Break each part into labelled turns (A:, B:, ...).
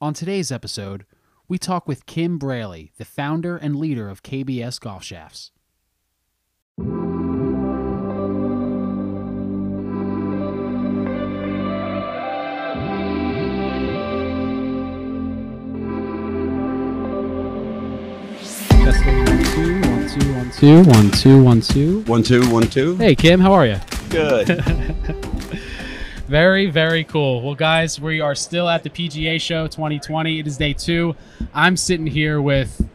A: On today's episode, we talk with Kim Braley, the founder and leader of KBS Golf Shafts. Test it. One, two, one, two, one, two, one, two.
B: One two one two.
A: Hey, Kim, how are you?
B: Good.
A: Very, very cool. Well, guys, we are still at the PGA Show 2020. It is day two. I'm sitting here with,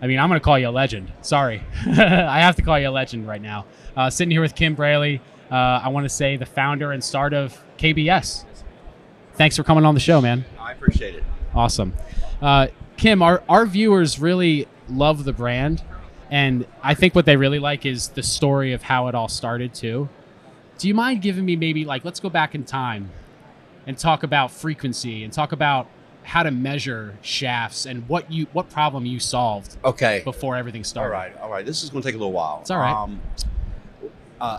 A: I mean, I'm going to call you a legend. Sorry. I have to call you a legend right now. Uh, sitting here with Kim Braley, uh, I want to say the founder and start of KBS. Thanks for coming on the show, man.
B: I appreciate it.
A: Awesome. Uh, Kim, our, our viewers really love the brand. And I think what they really like is the story of how it all started, too. Do you mind giving me maybe, like, let's go back in time and talk about frequency and talk about how to measure shafts and what you what problem you solved
B: Okay.
A: before everything
B: All
A: started
B: right. All right. This is going to take a little while.
A: It's all right.
B: Um, uh,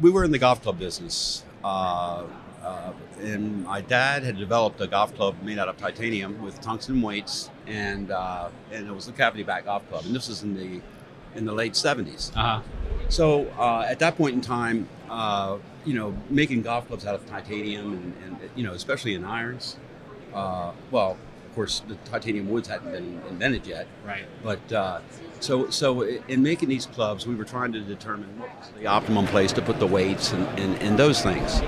B: we were in the golf club business, uh, uh, and my dad had developed a golf club made out of titanium with tungsten weights, and uh, and it was the cavity back golf club, and this was in the in the late seventies.
A: uh-huh
B: So uh, at that point in time, uh, you know, making golf clubs out of titanium and, and you know, especially in irons. Uh, well, of course, the titanium woods hadn't been invented yet,
A: right
B: but uh, so so in making these clubs, we were trying to determine what was the optimum place to put the weights and, and, and those things.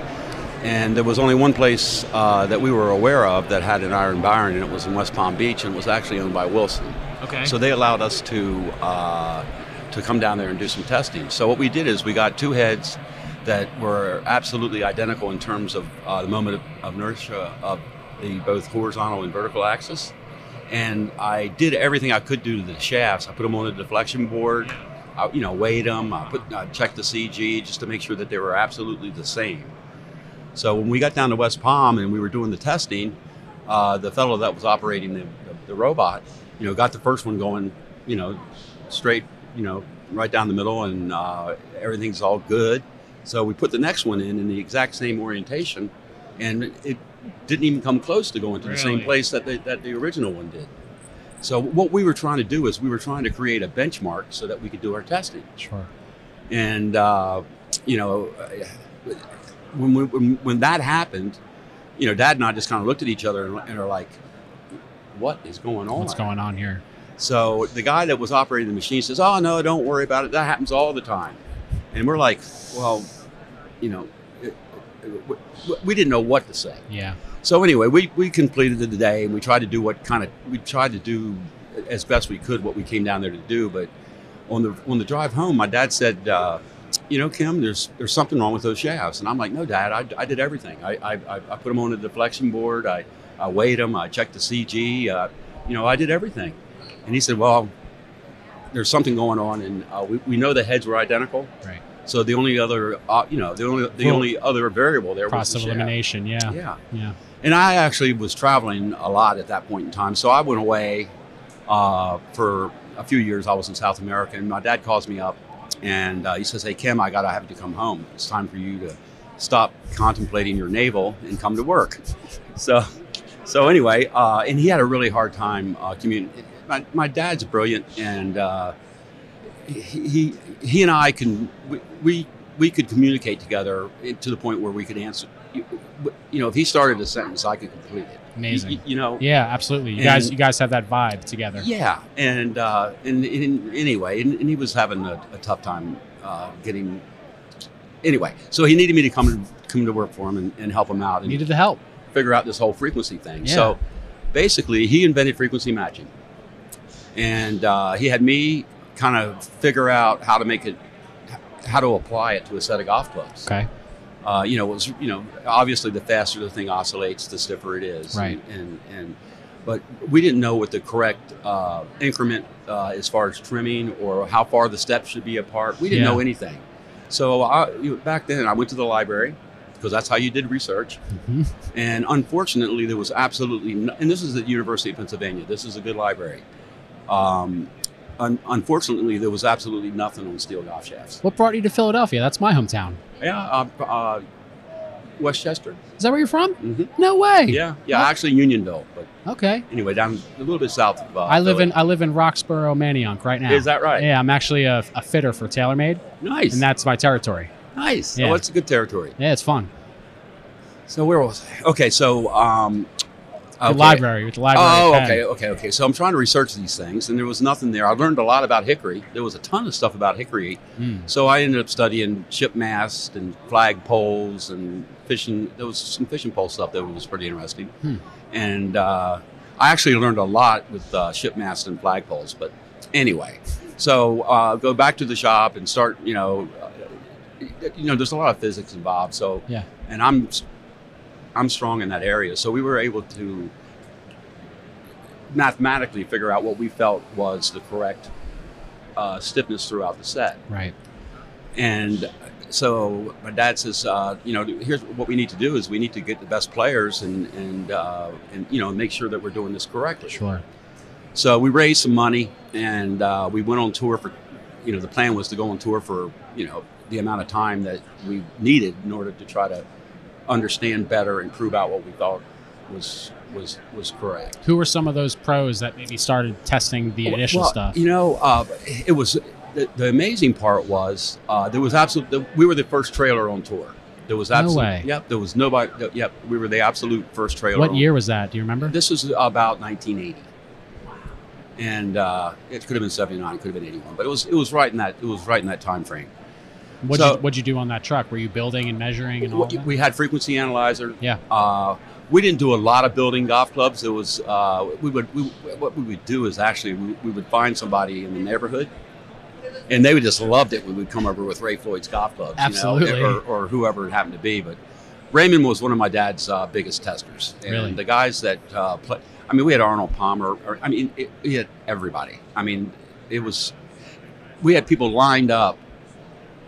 B: And there was only one place uh, that we were aware of that had an iron baron, and it was in West Palm Beach, and it was actually owned by Wilson.
A: okay
B: So they allowed us to uh, to come down there and do some testing. So what we did is we got two heads that were absolutely identical in terms of uh, the moment of, of inertia of the both horizontal and vertical axis. And I did everything I could do to the shafts. I put them on the deflection board. I, you know, weighed them. I put I checked the CG just to make sure that they were absolutely the same. So when we got down to West Palm and we were doing the testing, uh, the fellow that was operating the, the, the robot, you know, got the first one going, you know, straight, you know, right down the middle, and uh, everything's all good. So we put the next one in in the exact same orientation, and it didn't even come close to going to the same
A: Really?
B: place that the, that the original one did. So what we were trying to do is we were trying to create a benchmark so that we could do our testing
A: sure
B: and uh, you know uh, when, when, when that happened you know dad and i just kind of looked at each other and, and are like what is going on
A: what's going on here
B: so the guy that was operating the machine says oh no don't worry about it that happens all the time and we're like well you know it, it, we, we didn't know what to say
A: yeah
B: so anyway, we, we completed the day and we tried to do what kind of we tried to do as best we could what we came down there to do. But on the on the drive home, my dad said, uh, "You know, Kim, there's there's something wrong with those shafts." And I'm like, "No, Dad, I, I did everything. I, I, I I put them on the deflection board. I I weighed them. I checked the CG. Uh, you know, I did everything." And he said, "Well, there's something going on, and uh, we, we know the heads were identical."
A: right
B: So the only other, uh, you know, the only the
A: Well,
B: only other variable there was
A: process
B: the
A: of
B: shaft.
A: elimination yeah
B: Yeah.
A: yeah
B: And I actually was traveling a lot at that point in time. So I went away uh, for a few years. I was in South America, and my dad calls me up and uh, he says, Hey, Kim, I got to have you come home. It's time for you to stop contemplating your navel and come to work. So, so anyway, uh, and he had a really hard time uh, communicating. My, my dad's brilliant, and uh, he, he he and I can we, we we could communicate together eh, to the point where we could answer. You, you know, if he started a sentence, I could complete it.
A: amazing
B: You, you know.
A: yeah absolutely you guys
B: And-
A: you guys have that vibe together
B: Yeah, and uh, and, and anyway, and, and he was having a, a tough time uh, getting. Anyway, so he needed me to come come to work for him and, and help him out and
A: needed the help
B: figure out this whole frequency thing.
A: Yeah.
B: So basically, he invented frequency matching, and uh, he had me kind of figure out how to make it, how to apply it to a set of golf clubs.
A: okay
B: Uh, you know, it was you know obviously the faster the thing oscillates, the stiffer it is.
A: Right.
B: And and, and but we didn't know what the correct uh, increment uh, as far as trimming or how far the steps should be apart. We didn't
A: Yeah.
B: know anything. So I, you know, back then, I went to the library because that's how you did research.
A: Mhm.
B: And unfortunately, there was absolutely, no, and this is at University of Pennsylvania. This is a good library. Um, un- unfortunately, there was absolutely nothing on steel golf shafts.
A: what brought you to philadelphia that's my hometown
B: Yeah, uh, uh, Westchester.
A: Is that where you're from?
B: hmm
A: No way.
B: Yeah, yeah.
A: Huh?
B: Actually, Unionville, but
A: Okay.
B: anyway, down a little bit south of. Uh,
A: I live in
B: Philly.
A: I live in Roxborough, Manayunk right now.
B: Is that right?
A: Yeah, I'm actually a, a fitter for TaylorMade,
B: Nice.
A: and that's my territory.
B: nice.
A: Yeah.
B: Oh, it's a good territory.
A: Yeah, it's fun.
B: So where was I? Okay, so um,
A: The
B: okay.
A: library with the library.
B: Oh,
A: pen.
B: okay, okay, okay. So I'm trying to research these things, and there was nothing there. I learned a lot about hickory. There was a ton of stuff about hickory.
A: Mm.
B: So I ended up studying ship mast and flag poles and fishing. There was some fishing pole stuff that was pretty interesting.
A: Hmm.
B: And uh, I actually learned a lot with uh, ship mast and flag poles. But anyway, so uh, go back to the shop and start. You know, uh, you know, there's a lot of physics involved. So
A: Yeah.
B: and I'm I'm strong in that area. So we were able to mathematically figure out what we felt was the correct uh, stiffness throughout the set.
A: Mm, Right.
B: And so my dad says, uh, you know, here's what we need to do is we need to get the best players and and uh, and you know make sure that we're doing this correctly.
A: Sure.
B: So we raised some money and uh, we went on tour for, you know, the plan was to go on tour for, you know, the amount of time that we needed in order to try to understand better and prove out what we thought was was was correct.
A: Who were some of those pros that maybe started testing the initial
B: Well,
A: stuff?
B: You know, uh, it was the, the amazing part was uh, there was absolutely we were the first trailer on tour. There was
A: No
B: absolutely
A: way.
B: yep. There was nobody. Yep, we were the absolute first trailer.
A: What
B: on
A: year was that? Do you remember?
B: this was about 1980, and uh, it could have been 79, it could have been 81, but it was it was right in that it was right in that time frame.
A: What'd,
B: so-
A: you, what'd you do on that truck? Were you building and measuring and all
B: We,
A: that?
B: we had frequency analyzer.
A: Yeah.
B: Uh, we didn't do a lot of building golf clubs. It was uh, we would we, what we would do is actually we, we would find somebody in the neighborhood, and they would just loved it when we'd come over with Ray Floyd's golf clubs, you know,
A: Absolutely.
B: or, or whoever it happened to be. But Raymond was one of my dad's uh, biggest testers, and
A: Really?
B: the guys that uh, play. I mean, we had Arnold Palmer. Or, I mean, it, we had everybody. I mean, it was we had people lined up,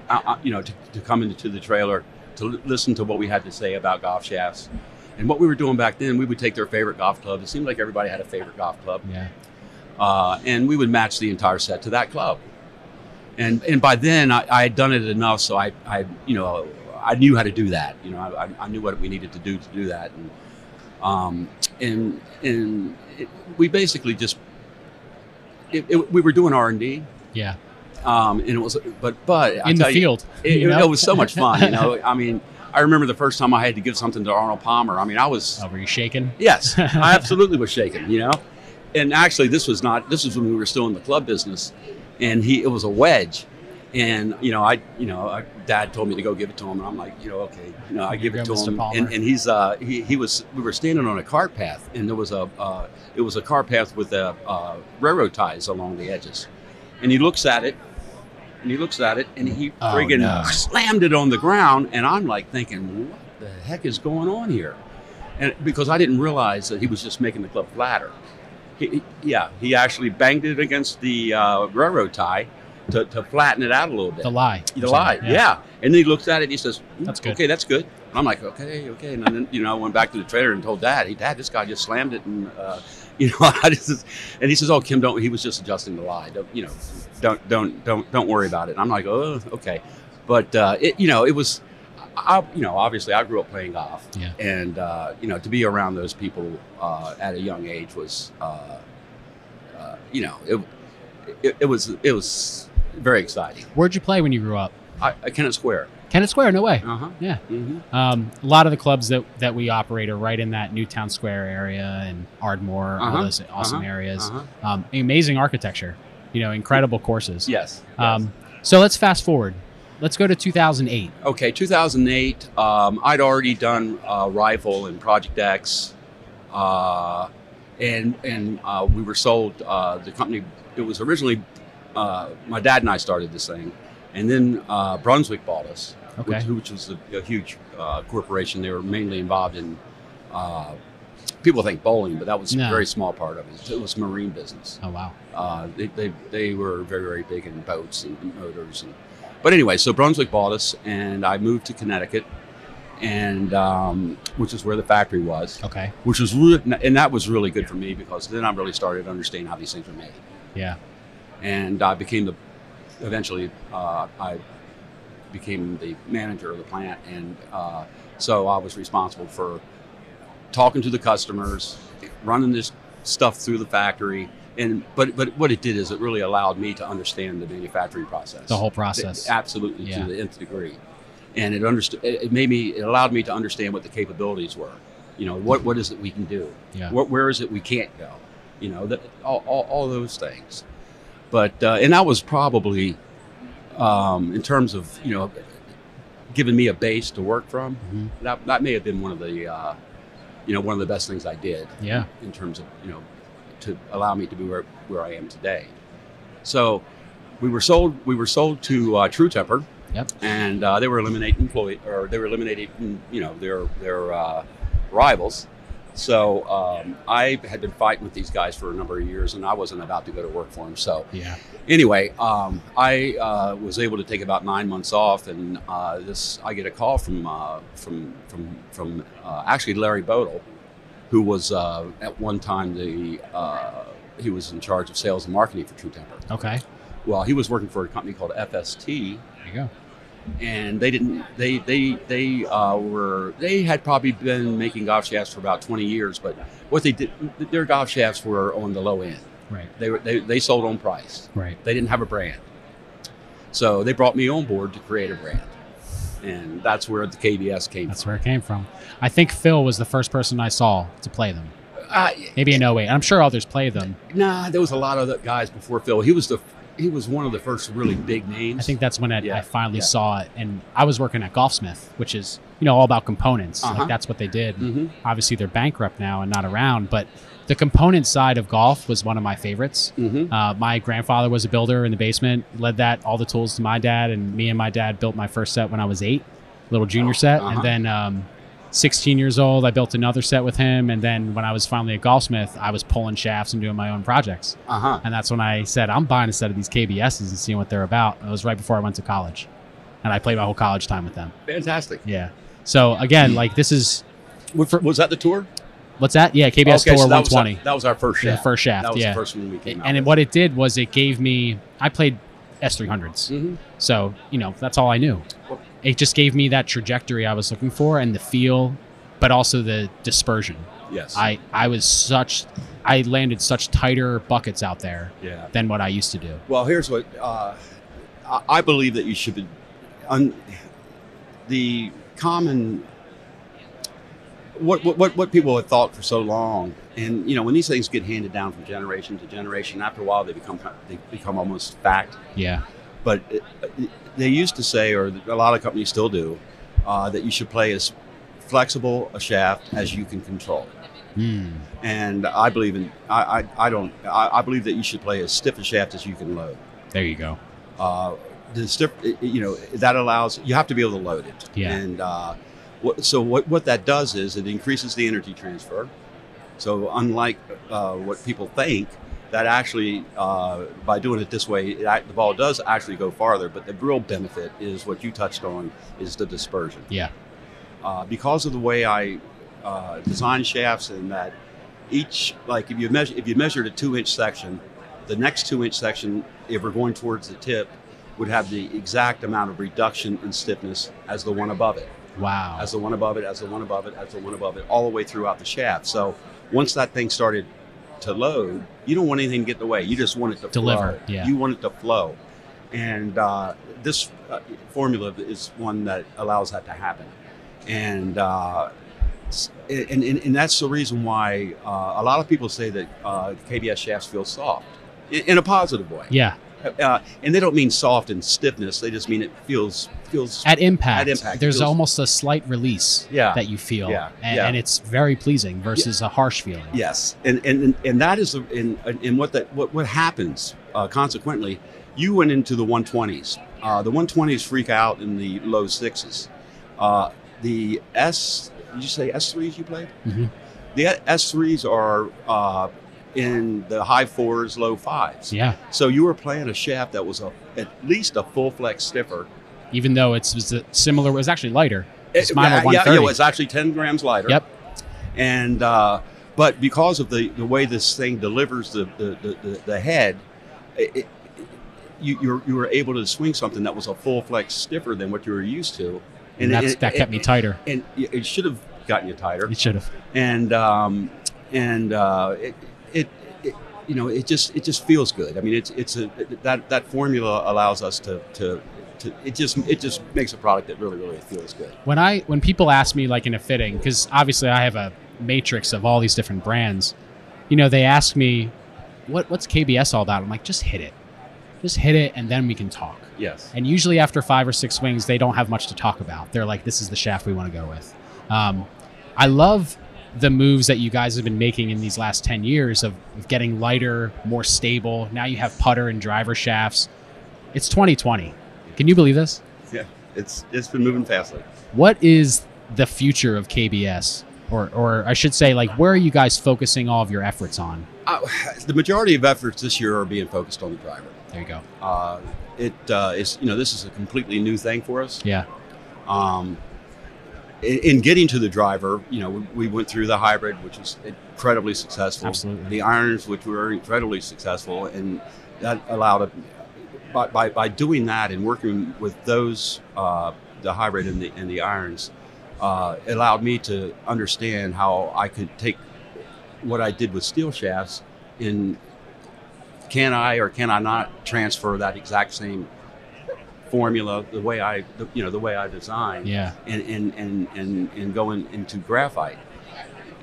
B: uh, uh, you know, to, to come into the trailer to l- listen to what we had to say about golf shafts. And what we were doing back then, we would take their favorite golf club. It seemed like everybody had a favorite golf club,
A: yeah.
B: uh, and we would match the entire set to that club. And and by then, I, I had done it enough, so I, I you know I knew how to do that. You know, I, I- I knew what we needed to do to do that. And um, and and it, we basically just it, it, we were doing R and D,
A: Yeah.
B: um, and it was but but I
A: In the
B: tell you,
A: field.
B: it,
A: you
B: it-
A: know?
B: it was so much fun. You know, I mean, I remember the first time I had to give something to Arnold Palmer. I mean, I was
A: Oh, were you shaking?
B: yes, I absolutely was shaken. You know, and actually, this was not. This was when we were still in the club business, and he it was a wedge, and you know, I you know, I, Dad told me to go give it to him, and I'm like, you know, okay, you know, I
A: Here
B: give
A: you
B: it
A: go,
B: to
A: Mr.
B: him,
A: Palmer.
B: and, and he's uh he, he was we were standing on a car path, and there was a uh, it was a car path with uh uh, railroad ties along the edges, and he looks at it. And he looks at it, and he
A: Oh,
B: friggin'
A: no.
B: slammed it on the ground, and I'm like thinking, "What the heck is going on here?" and because I didn't realize that he was just making the club flatter. He, he- yeah, he actually banged it against the uh, railroad tie to, to flatten it out a little bit.
A: The lie.
B: The lie, yeah. And then he looks at it and he says, "Mm,
A: That's good.
B: Okay, that's good. And I'm like, okay, okay. And then, you know, I went back to the trailer and told dad, hey, dad, this guy just slammed it. And, uh, you know, I just, and he says, oh, Kim, don't, he was just adjusting the lie. Don't, you know, don't, don't, don't, don't worry about it. And I'm like, oh, okay. But, uh, it, you know, it was, I, you know, obviously I grew up playing golf.
A: Yeah.
B: And, uh, you know, to be around those people uh, at a young age was, uh, uh, you know, it, it, it was, it was very exciting.
A: Where'd you play when you grew up?
B: I, I Kennett Square.
A: Kennett Square, no way.
B: Uh-huh.
A: Yeah.
B: Mm-hmm.
A: Um, a lot of the clubs that, that we operate are right in that Newtown Square area and Ardmore, all
B: Uh-huh,
A: those awesome areas.
B: Uh-huh.
A: Um, amazing architecture, you know, incredible courses.
B: Yes.
A: Um, so let's fast forward. Let's go to 2008.
B: yes. Okay, 2008, um, I'd already done uh, Rival and Project X, uh, and and uh, we were sold. Uh, the company, it was originally, uh, my dad and I started this thing, and then uh, Brunswick bought us.
A: Okay.
B: which, which was a, a huge uh, corporation. They were mainly involved in. Uh, people think bowling, but that was
A: No.
B: a very small part of it. It was marine business.
A: Oh, wow.
B: Uh, they, they, they were very, very big in boats and motors. And, but anyway, so Brunswick bought us, and I moved to Connecticut, and um, which is where the factory was,
A: Okay.
B: which was re- and that was really good for me because then I really started to understand how these things were made,
A: Yeah.
B: and I became the eventually uh, I became the manager of the plant, and uh, so I was responsible for talking to the customers, running this stuff through the factory. And but but what it did is it really allowed me to understand the manufacturing process,
A: The whole process.
B: absolutely
A: Yeah.
B: to the nth degree. And it understood. It it made me. It allowed me to understand what the capabilities were. You know what what is it we can do.
A: Yeah.
B: What, where is it we can't go? You know, that, all, all, all those things. But uh, and that was probably um, in terms of you know giving me a base to work from.
A: Mhm.
B: That, that may have been one of the uh, you know one of the best things I did
A: Yeah.
B: in terms of you know to allow me to be where, where I am today. So we were sold we were sold to uh, True Temper.
A: Yep.
B: And uh, they were eliminating employee or they were eliminating you know their their uh, rivals. So um, I had been fighting with these guys for a number of years, and I wasn't about to go to work for them. So
A: Yeah.
B: anyway, um, I uh, was able to take about nine months off, and uh, this I get a call from uh, from from from uh, actually Larry Bodle, who was uh, at one time the uh, he was in charge of sales and marketing for True Temper.
A: Okay.
B: Well, he was working for a company called FST,
A: There you go.
B: and they didn't they they they uh, were they had probably been making golf shafts for about 20 years, but what they did their golf shafts were on the low end.
A: Right.
B: They were they, they sold on price.
A: Right.
B: They didn't have a brand. So they brought me on board to create a brand. And that's where the KBS came
A: That's where it came from. I think Phil was the first person I saw to play them.
B: from. Uh,
A: Maybe in 08. I'm sure others play them.
B: nah, there was a lot of the guys before Phil. He was the he was one of the first really big names.
A: I think that's when I,
B: Yeah,
A: I finally
B: yeah.
A: saw it. And I was working at Golfsmith, which is, you know, all about components.
B: Uh-huh.
A: Like that's what they did.
B: hmm
A: Obviously, they're bankrupt now and not around, but the component side of golf was one of my favorites.
B: hmm
A: Uh, my grandfather was a builder in the basement, led that, all the tools to my dad. And me and my dad built my first set when I was eight, little junior set.
B: uh-huh.
A: And then um, 16 years old, I built another set with him. And then when I was finally a golfsmith, I was pulling shafts and doing my own projects.
B: Uh huh.
A: And that's when I said, I'm buying a set of these KBSs and seeing what they're about. And It was right before I went to college. And I played my whole college time with them.
B: Fantastic.
A: Yeah. So again, like this is,
B: What for- was that the tour?
A: what's that? Yeah, KBS
B: Okay,
A: Tour
B: so that was our-
A: 120.
B: That was, our first
A: the
B: shaft.
A: first shaft.
B: that was
A: yeah.
B: the first one we came out.
A: and then
B: with.
A: what it did was it gave me, I played S300s.
B: Mhm.
A: So, you know, that's all I knew. It just gave me that trajectory I was looking for and the feel, but also the dispersion.
B: Yes.
A: I, I was such, I landed such tighter buckets out there
B: yeah.
A: than what I used to do.
B: Well, here's what uh, I, I believe that you should be. Un, the common what, what- what what people have thought for so long, and you know, when these things get handed down from generation to generation, after a while they become they become almost fact.
A: Yeah.
B: But it, it- they used to say, or a lot of companies still do, uh, that you should play as flexible a shaft as you can control.
A: Mm.
B: And I believe in I I, I don't I, I believe that you should play as stiff a shaft as you can load
A: There you go.
B: uh, the stip, you know that allows you have to be able to load it
A: Yeah.
B: and uh, what, so what, what that does is it increases the energy transfer so unlike uh, what people think that actually uh, by doing it this way it, act- the ball does actually go farther but the real benefit is what you touched on is the dispersion
A: Yeah.
B: uh, because of the way I uh, design shafts and that each like if you measure if you measured a two inch section, the next two inch section, if we're going towards the tip, would have the exact amount of reduction in stiffness as the one above it,
A: Wow.
B: as the one above it, as the one above it, as the one above it, all the way throughout the shaft. So once that thing started to load, you don't want anything to get in the way. You just want it to
A: Deliver,
B: Flow.
A: yeah.
B: You want it to flow, and uh, this uh, formula is one that allows that to happen and uh, s- and, and, and that's the reason why uh, a lot of people say that uh, KBS shafts feel soft in, in a positive way.
A: yeah.
B: Uh, and they don't mean soft and stiffness; they just mean it feels feels.
A: At impact,
B: At impact,
A: there's
B: feels-
A: almost a slight release
B: yeah.
A: that you feel.
B: Yeah,
A: And,
B: yeah.
A: and it's very pleasing versus a harsh feeling.
B: yes, and and and that is the and and what that what what happens uh, consequently. You went into the 120s. Uh, the 120s freak out in the low sixes. Uh, the S, did you say S3s you played?
A: Mhm.
B: The S3s are uh, in the high fours, low fives.
A: Yeah.
B: So you were playing a shaft that was a, at least a full flex stiffer.
A: Even though it's was a similar, it was actually lighter. It's
B: It-
A: mine were
B: Eh, yeah, yeah,
A: 130.
B: it was actually 10 grams lighter.
A: Yep.
B: And, uh, but because of the, the way this thing delivers the, the, the, the, the head, it, it, you you're, you were able to swing something that was a full flex stiffer than what you were used to,
A: And that's,
B: it-
A: that kept me
B: it-
A: tighter.
B: And it it should have gotten you tighter.
A: It should have.
B: and um, and uh, it, it, it you know it just it just feels good. I mean, it's it's a that that formula allows us to to. to It just it just makes a product that really really feels good.
A: When I when people ask me like in a fitting, because obviously I have a matrix of all these different brands, you know, they ask me, "What what's KBS all about?" I'm like, "Just hit it, just hit it, and then we can talk."
B: Yes.
A: And usually after five or six swings, they don't have much to talk about. They're like, "This is the shaft we want to go with." Um, I love the moves that you guys have been making in these last ten years of, of getting lighter, more stable. Now you have putter and driver shafts. It's 2020. Can you believe this?
B: Yeah. It's it's been moving fast lately.
A: what is the future of KBS? Or, or I should say, like, where are you guys focusing all of your efforts on?
B: Uh, the majority of efforts this year are being focused on the driver.
A: There you go.
B: Uh, it uh, is you know this is a completely new thing for us.
A: Yeah.
B: Um, in, in getting to the driver, you know, we, we went through the hybrid, which was incredibly successful.
A: Absolutely.
B: The irons, which were incredibly successful, and that allowed it by, by, by doing that and working with those uh, the hybrid and the and the irons uh, it allowed me to understand how I could take what I did with steel shafts and can I or can I not transfer that exact same formula the way I the, you know the way I design
A: Yeah.
B: and and and and, and going into graphite.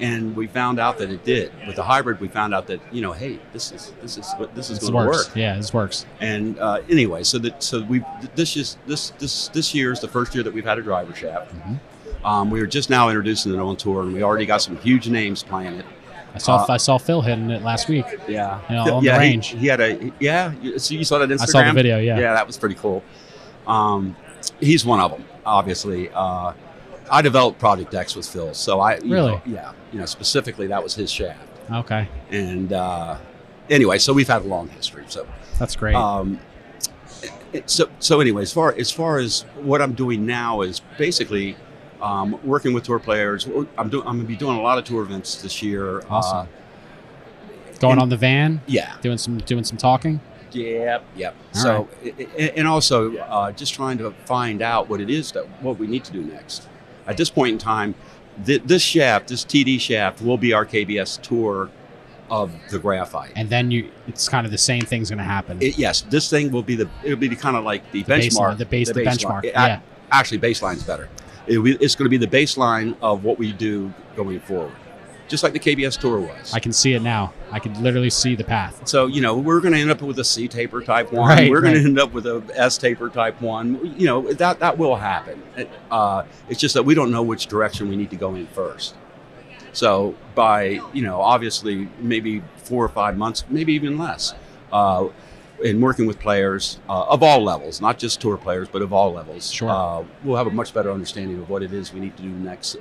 B: And we found out that it did. With the hybrid, we found out that you know, hey, this is this is what this is
A: This
B: going to
A: works.
B: work.
A: Yeah, this works.
B: And uh, anyway, so that so we this is this this this year is the first year that we've had a driver shaft.
A: Mhm.
B: Um, we are just now introducing it on tour, and we already got some huge names playing it.
A: I saw
B: Uh,
A: I saw Phil hitting it last week.
B: Yeah,
A: You know, on
B: yeah,
A: the
B: he-
A: range.
B: He, had a yeah. you- So you saw that Instagram?
A: I saw the video. Yeah.
B: that was pretty cool. Um, he's one of them, obviously. Uh, I developed Project X with Phil, so I you
A: Really?
B: know, yeah, you know, specifically that was his shaft.
A: Okay,
B: And uh, anyway, so we've had a long history. So,
A: that's great.
B: um, it- so so anyway, as far as far as what I'm doing now is basically. Um, working with tour players, I'm doing. I'm going to be doing a lot of tour events this year.
A: Awesome.
B: Uh,
A: Going
B: and-
A: on the van,
B: yeah,
A: doing some doing some talking.
B: Yep, yep.
A: All
B: so, a- a- and also uh, just trying to find out what it is that what we need to do next. At this point in time, th- this shaft, this TD shaft, will be our KBS tour of the graphite.
A: And then you, it's kind of the same thing's going to happen.
B: It- yes, this thing will be the it'll be the kind of like the,
A: the
B: benchmark,
A: baseline, the base, the, benchmark.
B: It-
A: yeah,
B: actually, baseline's better. It'll be, it's going to be the baseline of what we do going forward, just like the KBS tour was.
A: I can see it now. I can literally see the path.
B: So you know we're going to end up with a C taper type one.
A: Right,
B: we're going
A: right.
B: to end up with a S taper type one. You know that that will happen. It- uh, it's just that we don't know which direction we need to go in first. So by you know obviously maybe four or five months, maybe even less, uh, in working with players uh, of all levels, not just tour players, but of all levels,
A: Sure.
B: uh, we'll have a much better understanding of what it is we need to do next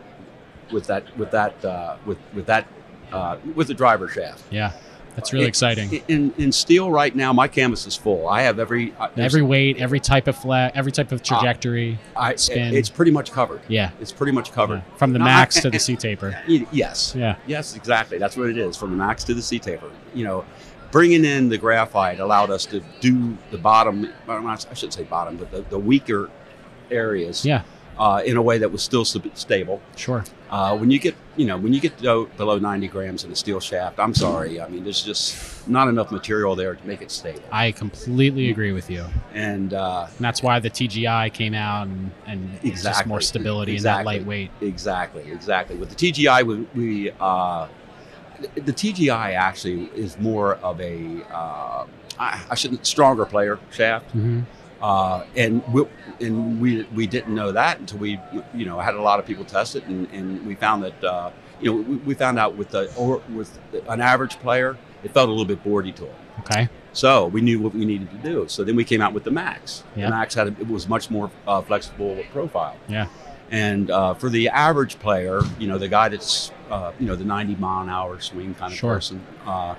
B: with that with that uh, with with that uh, with the driver shaft.
A: Yeah, that's really
B: It-
A: exciting.
B: In, in steel right now, my canvas is full. I have every I- there's- Ah.
A: every weight, every type of flat, every type of trajectory.
B: I,
A: spin.
B: It's pretty much covered.
A: yeah,
B: It's pretty much covered.
A: Yeah. from the
B: No, I-
A: max to the C taper.
B: Y- Yes,
A: Yeah.
B: yes, exactly. That's what it is. From the max to the C taper. You know, bringing in the graphite allowed us to do the bottom. well, not- I shouldn't say bottom, but the, the weaker areas.
A: Yeah.
B: Uh, in a way that was still sub- stable.
A: Sure.
B: Uh, when you get, you know, when you get below, below 90 grams in a steel shaft, I'm sorry. I mean, there's just not enough material there to make it stable.
A: I
B: Mm.
A: completely agree with you. And
B: And uh,
A: that's why the TGI came out and, and it's just
B: Exactly.
A: more stability
B: Exactly.
A: and that lightweight.
B: Exactly, exactly. With the TGI, we, we uh, the- the TGI actually is more of a uh, I, I shouldn't stronger player shaft,
A: Mm-hmm.
B: uh, and we, and we we didn't know that until we you know had a lot of people test it, and, and we found that uh, you know we, we found out with the or with an average player, it felt a little bit boardy to him.
A: Okay.
B: So we knew what we needed to do. So then we came out with the Max.
A: Yeah.
B: The Max had a, it was much more uh, flexible profile.
A: Yeah.
B: And uh, for the average player, you know, the guy that's uh, you know the 90 mile an hour swing kind of
A: Sure.
B: person, uh,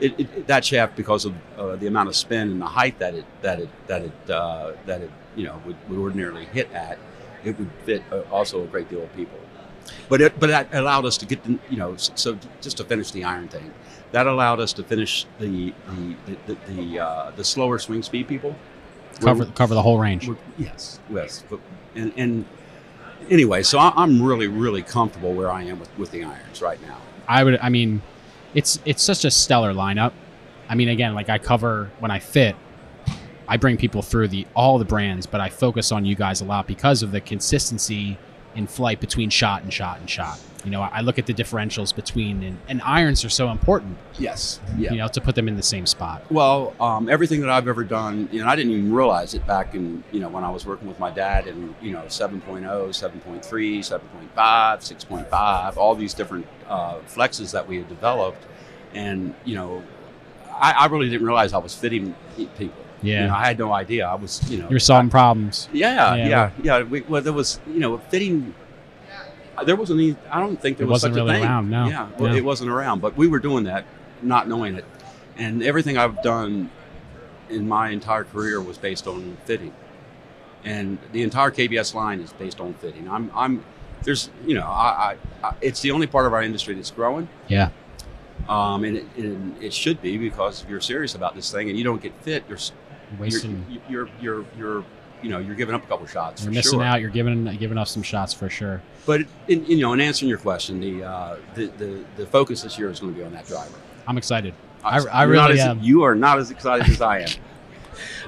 B: it, it, that shaft because of uh, the amount of spin and the height that it that it that it uh, that it you know would, would ordinarily hit at, it would fit uh, also a great deal of people. But it but that allowed us to get the you know so, so just to finish the iron thing That allowed us to finish the the the, the, uh, the slower swing speed people.
A: Cover cover the whole range.
B: We're- Yes, yes. But- And, and anyway, so I- I'm really, really comfortable where I am with, with the irons right now.
A: I would. I mean, it's it's such a stellar lineup. I mean, again, like I cover when I fit, I bring people through the all the brands, but I focus on you guys a lot because of the consistency in flight between shot and shot and shot. You know, I look at the differentials between and, and irons are so important.
B: Yes. Yeah.
A: You know, to put them in the same spot.
B: Well, um, everything that I've ever done, you know, I didn't even realize it back in, you know, when I was working with my dad and, you know, oh, 7.0, 7.3, 7.5, 6.5, all these different uh, flexes that we had developed. And, you know, I, I really didn't realize I was fitting people.
A: Yeah,
B: You know, I had no idea. I was, you know,
A: you're solving problems.
B: Yeah,
A: Yeah.
B: yeah, yeah. We, well, there was, you know, fitting. There wasn't any. I don't think there
A: It
B: was
A: wasn't
B: such
A: really
B: a thing.
A: around, no.
B: Yeah, well,
A: No.
B: it wasn't around, but we were doing that, not knowing it, and everything I've done in my entire career was based on fitting, and the entire KBS line is based on fitting. I'm, I'm, there's, you know, I, I, I it's the only part of our industry that's growing.
A: Yeah.
B: Um, and it, and it should be because if you're serious about this thing and you don't get fit, you're s-
A: Wasting,
B: you're, you're you're you're you know you're giving up a couple shots.
A: you're,
B: for
A: missing
B: sure.
A: out. You're giving giving up some shots for sure.
B: But in, you know, in answering your question, the uh, the, the the focus this year is going to be on that driver.
A: I'm excited.
B: I'm
A: I-
B: sorry,
A: I
B: you're not
A: really
B: as-
A: am.
B: You are not as excited as I am.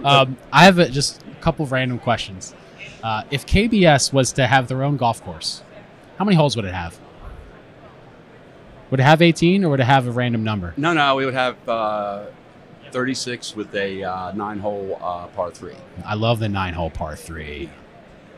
A: Um, I have a, just a couple of random questions. Uh, if KBS was to have their own golf course, how many holes would it have? Would it have 18 or would it have a random number?
B: No, no, we would have uh, 36 with a uh, nine-hole uh, par three.
A: I love the nine hole par three.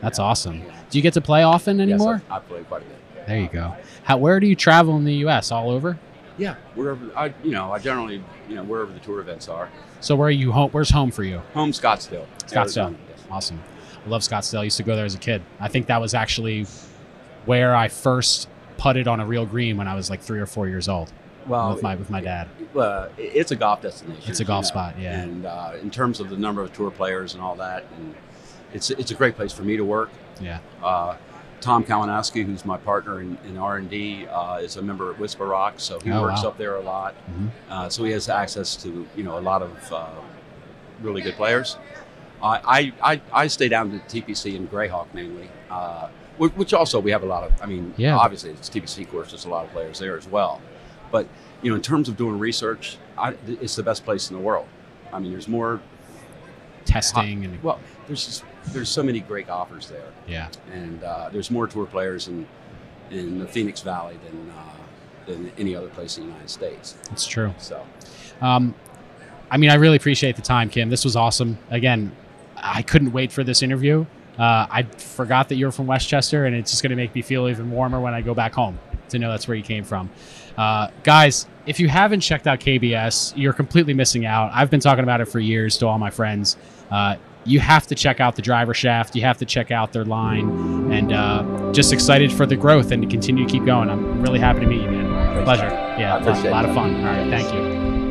A: That's awesome.
B: Yes,
A: Do you get to play often anymore?
B: I, I play quite a bit.
A: There you go. How, where do you travel in the U.S.? All over?
B: Yeah, wherever I, you know, I generally, you know, wherever the tour events are.
A: So where are you home? Where's home for you?
B: Home Scottsdale,
A: Scottsdale.
B: Arizona, yes.
A: Awesome. I love Scottsdale. I used to go there as a kid. I think that was actually where I first putted on a real green when I was like three or four years old
B: Well,
A: with my with my dad.
B: uh, it's a golf destination.
A: It's a
B: you
A: golf
B: know.
A: spot. Yeah.
B: And uh, in terms of the number of tour players and all that, and it's it's a great place for me to work.
A: Yeah.
B: Uh, Tom Kalinowski, who's my partner in, in R and D, uh, is a member at Whisper Rock, so he
A: Oh,
B: works
A: wow.
B: up there a lot.
A: Mhm.
B: Uh, so he has access to you know a lot of uh, really good players. I I, I, I stay down to TPC and Greyhawk mainly, uh, whi- which also we have a lot of. I mean,
A: Yeah.
B: obviously it's TPC course. There's a lot of players there as well, but you know in terms of doing research, I, it's the best place in the world. I mean, there's more.
A: Testing and
B: Well, there's just, there's so many great offers there
A: yeah,
B: and uh, there's more tour players in in the Phoenix Valley than uh, than any other place in the United States.
A: it's true.
B: So
A: Um, I mean, I really appreciate the time, Kim. This was awesome. Again, I couldn't wait for this interview. Uh, I forgot that you're from Westchester, and it's just going to make me feel even warmer when I go back home to know that's where you came from. Uh, guys, if you haven't checked out KBS, you're completely missing out. I've been talking about it for years to all my friends. Uh, you have to check out the driver shaft. You have to check out their line, and uh, just excited for the growth and to continue to keep going. I'm really happy to meet you, man. Pleasure. Yeah,
B: I
A: a lot,
B: appreciate
A: lot of
B: that.
A: fun. All right,
B: Yes.
A: thank you.